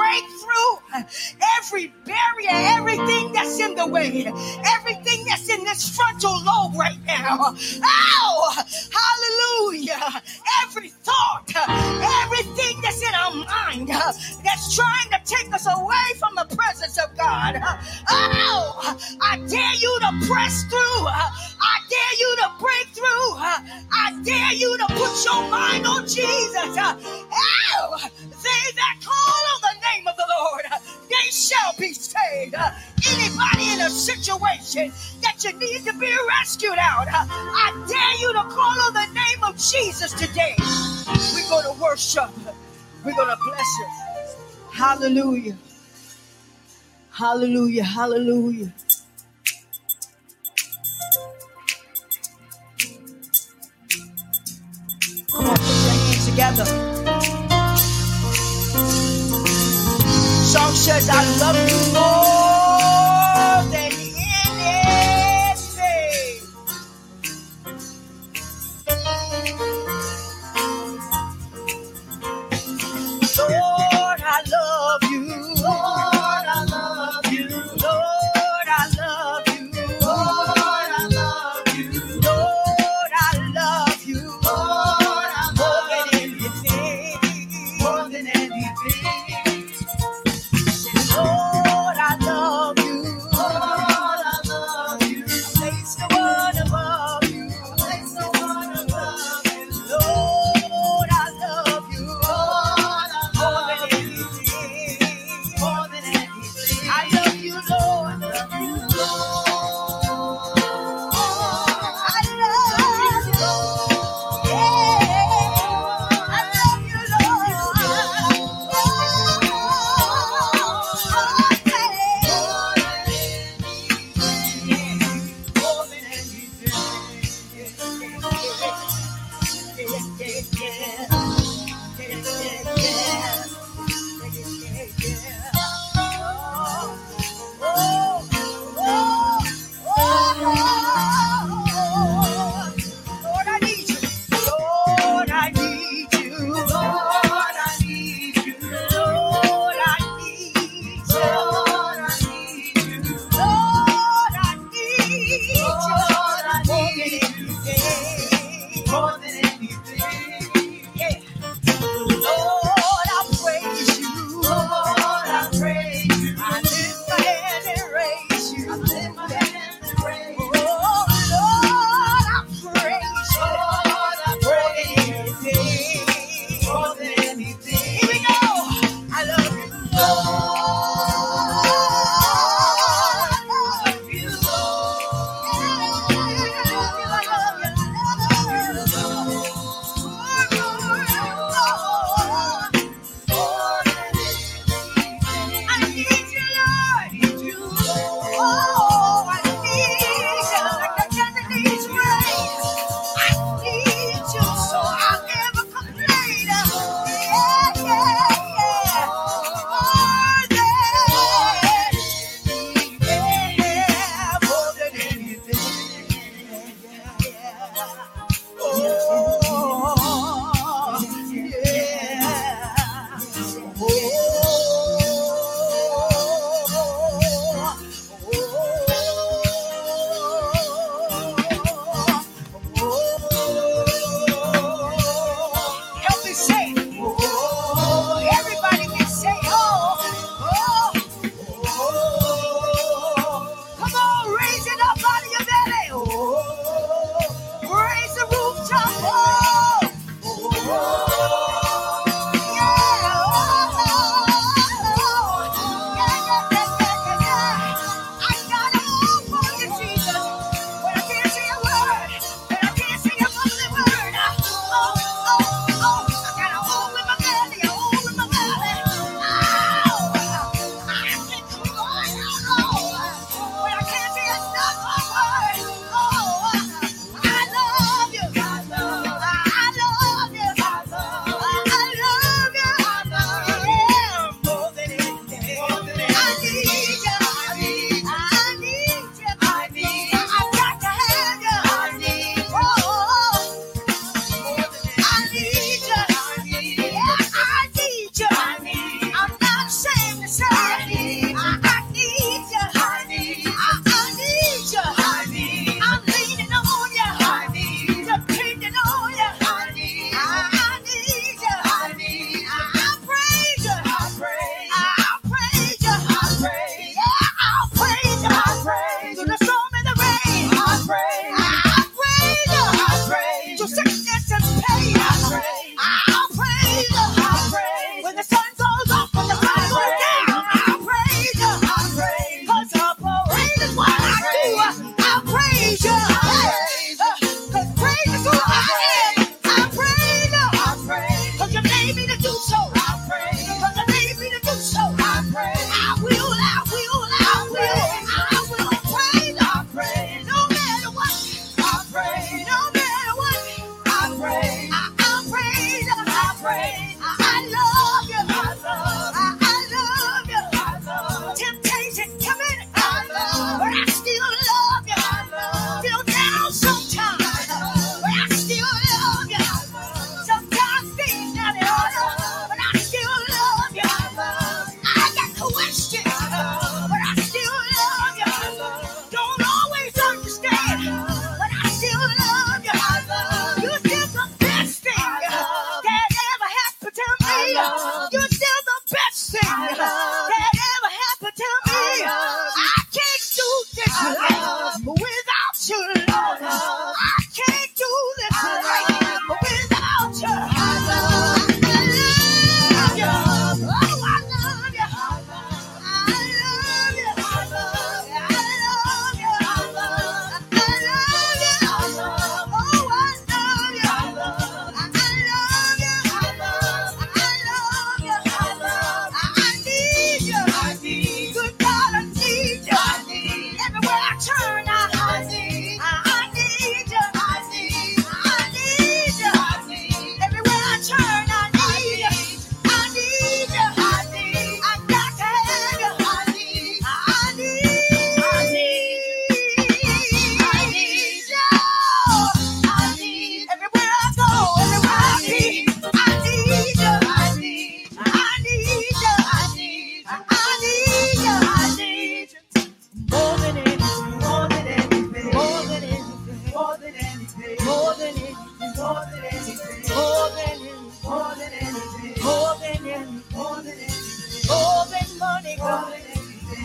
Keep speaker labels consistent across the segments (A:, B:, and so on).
A: breakthrough every barrier, everything that's in the way, everything that's in this frontal lobe right now. Ow! Hallelujah! Every thought, everything that's in our mind uh, that's trying to take us away from the presence of God. Ow! I dare you to press through. I dare you to break through. I dare you to put your mind on Jesus. Ow! They that call on the name of the Lord, they shall be saved. Anybody in a situation that you need to be rescued out, I dare you to call on the name of Jesus today. We're going to worship. We're going to bless it. Hallelujah. Hallelujah. Hallelujah. Come on, put your hands together. Song says, I love you more than anything. Lord, I love you. Lord, I love you. Lord, I love you. Lord, I love you. Lord, I love you. Lord, I love you. More than anything. More than anything. Lord, I Oh, Oh, Oh, Oh,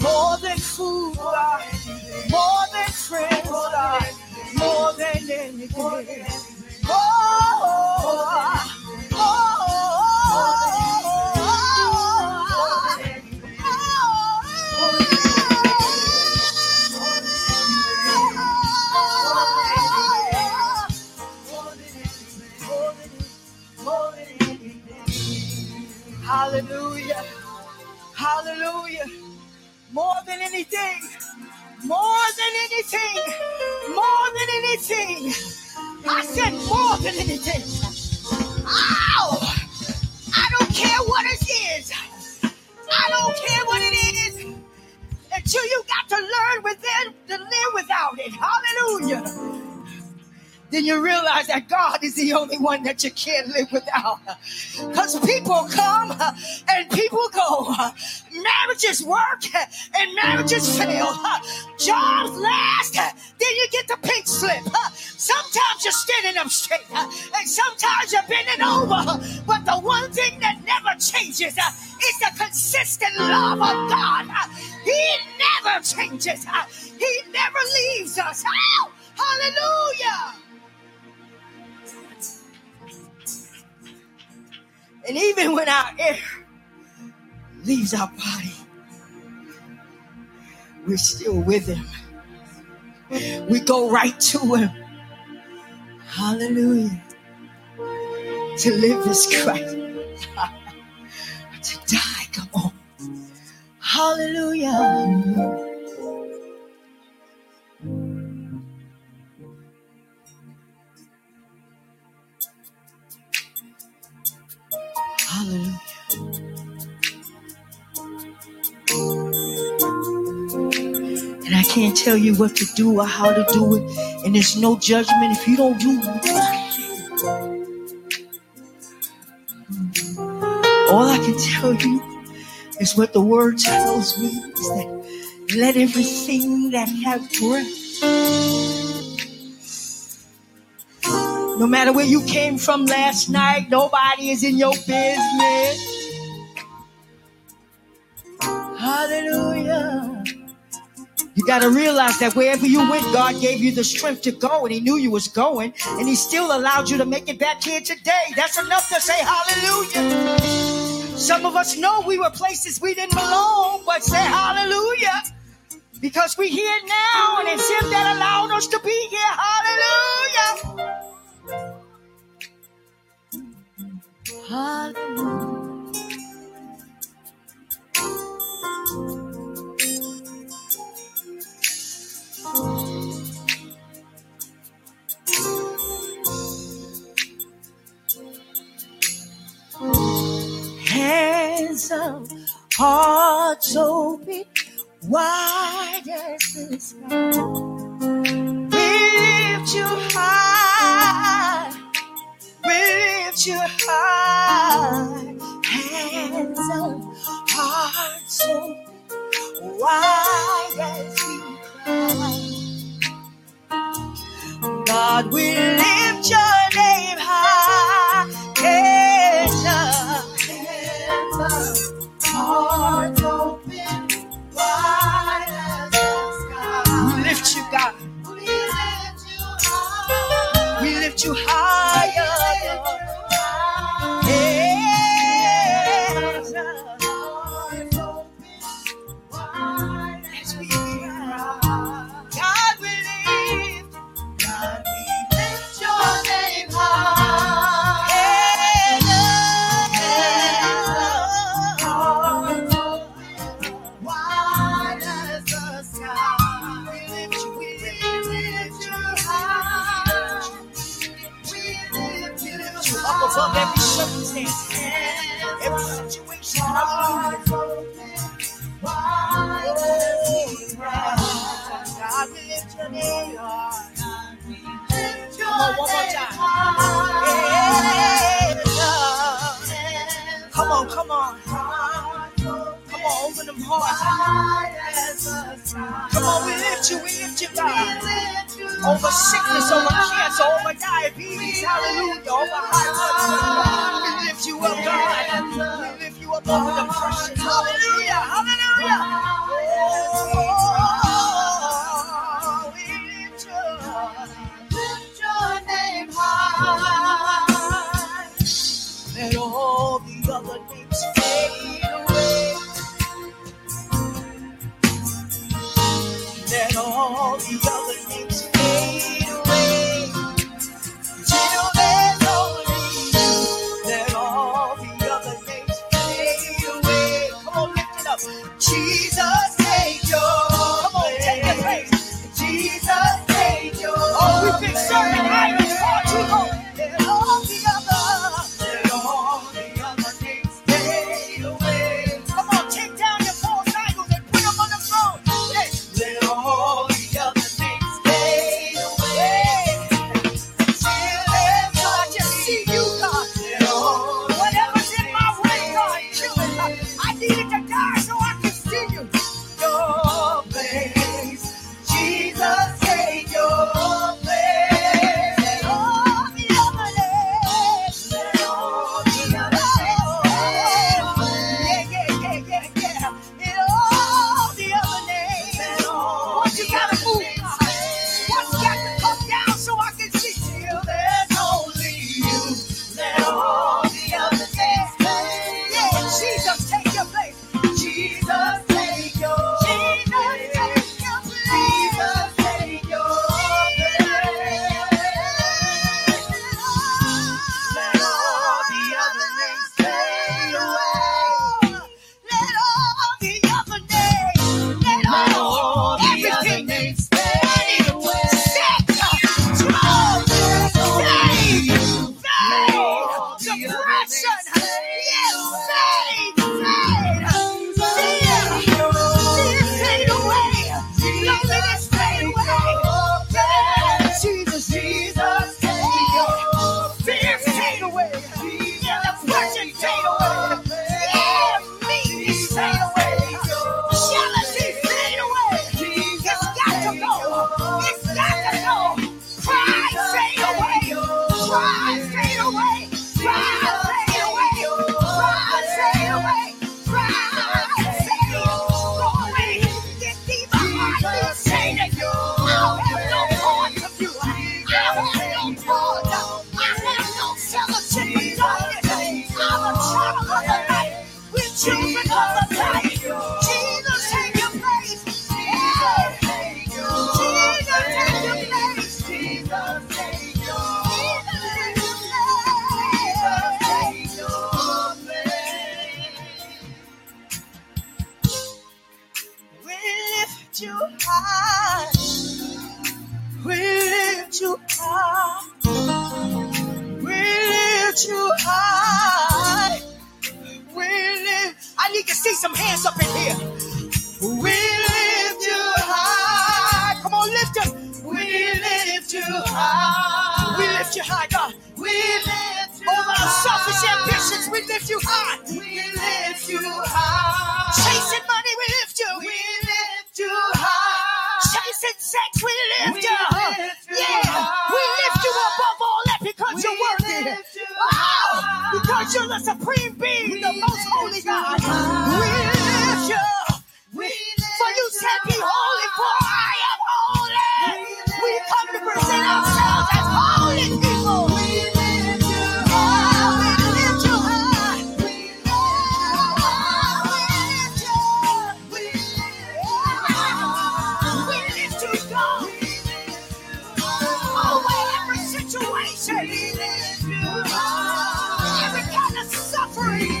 A: More than food, God. more than friends, God. more than anything. Oh, oh, oh, oh, oh. Hallelujah, hallelujah, more than anything. More than anything. More than anything. I said more than anything. Ow! I don't care what it is. I don't care what it is until you got to learn within to live without it. Hallelujah. Then you realize that God is the only one that you can't live without. Because people come uh, and people go. Uh, Marriages work uh, and marriages fail. Uh, Jobs last, uh, then you get the pink slip. Uh, Sometimes you're standing up straight uh, and sometimes you're bending over. But the one thing that never changes uh, is the consistent love of God. Uh, He never changes, Uh, He never leaves us. Ow! Hallelujah! And even when our air leaves our body, we're still with Him. We go right to Him. Hallelujah. To live is Christ, to die, come on. Hallelujah. Hallelujah. And I can't tell you what to do or how to do it. And there's no judgment if you don't do it. All I can tell you is what the word tells me is that let everything that have breath, no matter where you came from last night, nobody is in your business. Hallelujah. You got to realize that wherever you went, God gave you the strength to go, and He knew you was going, and He still allowed you to make it back here today. That's enough to say hallelujah. Some of us know we were places we didn't belong, but say hallelujah because we here now, and it's Him that allowed us to be here. Hallelujah. Hallelujah. Hands up, hearts open, wide as the sky. Lift you high. Lift your high hands up, heart so wide as we cry. God, we lift your name high. Hands up, hands up, heart open, wide as the sky. We lift you, God. We lift you high. We lift you higher. We lift you Hands up, hearts open wide as we cry. God we lift, God we lift your name high. Hands up, hearts open wide as the sky. We lift you, we lift, we lift you high. Up above every circumstance, every situation, hallelujah. God, we lift your name high. Come on, one more time. Yeah. Come on, come on. Come on, open them hearts. Come on, we lift you, we lift you, God. Over sickness, over cancer, over diabetes, hallelujah, over high blood pressure. We lift you up, God. We lift you up over depression, hallelujah, Oh, hallelujah. You love the things you made away. Till there's only you. Let all the other names fade away. Come on, lift it up. Jesus, take your Come on, take the place. Jesus, take your Oh, we've been serving idols far too long. Let all the other, let all the other names fade away. Come on, take down your false idols and put them on the throne. Hey. Let all the other names fade away. I just see you, God. Whatever's in my way, God, kill it. I needed to die so I could see you. Your place, Jesus, take your place. Let all the other names, let all the other names, yeah, yeah, yeah, yeah, yeah. Let all the other names, let all what you gotta move, God. What's got to come down so I can see till there's only you. Let all the other things fade. Yeah, Jesus, take your place. Jesus, take your Jesus, take your place. Jesus, take your place. Let all the other things fade away. Let all the other names, let all, let all the everything other names fade away. Sick, strong, saved, saved, depression, yes, saved, saved, fear, fear fade away, loneliness fade away. Jesus, Jesus, fear fade away, depression fade away, yeah, meekness fade away, jealousy fade away. It's got to go. It's got to go. Pride fade away. Pride fade away. Pride fade away. Pride fade away. Pride fade away. Get thee behind me, Satan. I have no part of you. I have no part. I have no fellowship with darkness. I'm a child of the light. We're children of the light. Jesus, take your place. Yeah. Jesus, take your place. Jesus, take your place. Jesus, take your place. We lift you high. We lift you high. We lift you high. We lift. I need to see some hands up in here. We lift you high. Come on, lift them. We lift you high. We lift you high, God. We lift you Over our selfish ambitions, we lift you high. We lift you high. Chasing money, we lift you. We lift you high. Chasing sex, we lift we you. Lift you yeah. High. We lift you above all that because we you're Oh, worthy. Lift you wow. High. Because you're the supreme being, we the most lift holy you God. High. We lift you. We for you said, Be holy, for I am holy. We, come to present ourselves as holy people. We lift you high. We lift you high. We lift you high. We lift you high. We lift you God. We lift you high. Over every situation. We lift you high. Every kind of suffering.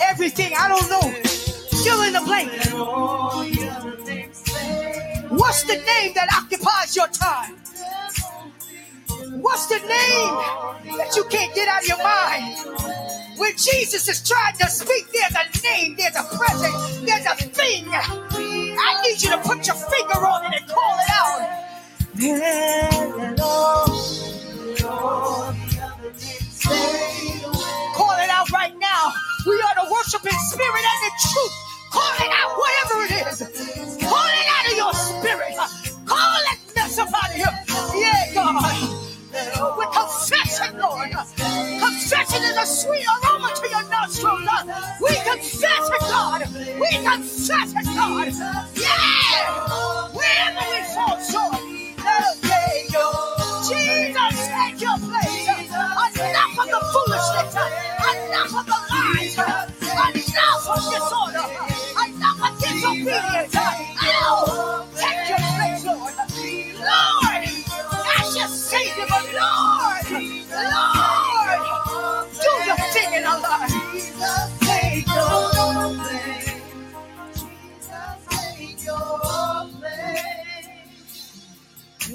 A: Everything, I don't know. Fill in the blank. What's the name that occupies your time? What's the name that you can't get out of your mind? When Jesus is trying to speak, there's a name, there's a presence, there's a thing. I need you to put your finger on it and call it out. Call it out right now. We are to worship in spirit and in truth. Call it out, whatever it is. Call it out of your spirit. Call it mess up out of you. Yeah, God. With confession, Lord. Confession is a sweet aroma to your nostrils. Lord. We confess it, God. We confess it, God. Yeah. Wherever we fall short, let us take your- Jesus, take your place. Enough of the foolishness. Enough of the lies. Enough of disorder. Enough of disobedience. Ow! Take your place, Lord. Lord, that's your Savior, but Lord, Lord, do your thing in our lives.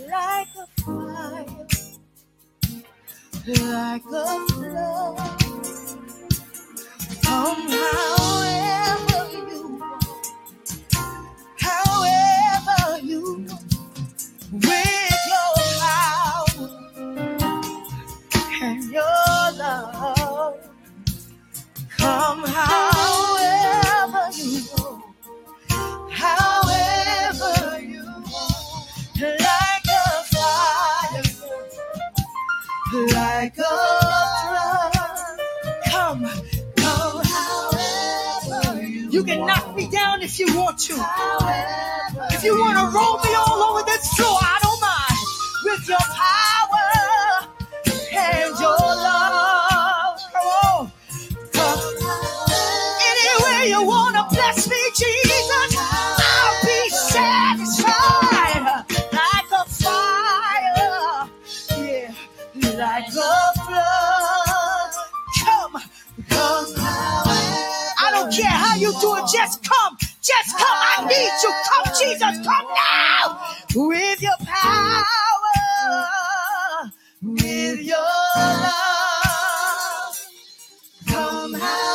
A: Like a fire, like a flood. Come however you, however you, with your power and your love. Come however you, however you, like a fire, like a flood. Come, come however you. You can knock me down if you want to. If you want to roll me all over this floor, I don't mind. With your power and your love, come on. Anywhere you want to bless me, Jesus, I'll be satisfied. Like a fire, yeah, like a flood. Come, come. I don't care how you do it, just come. Just come. I need you. Come, Jesus, come now. With your power, with your love. Come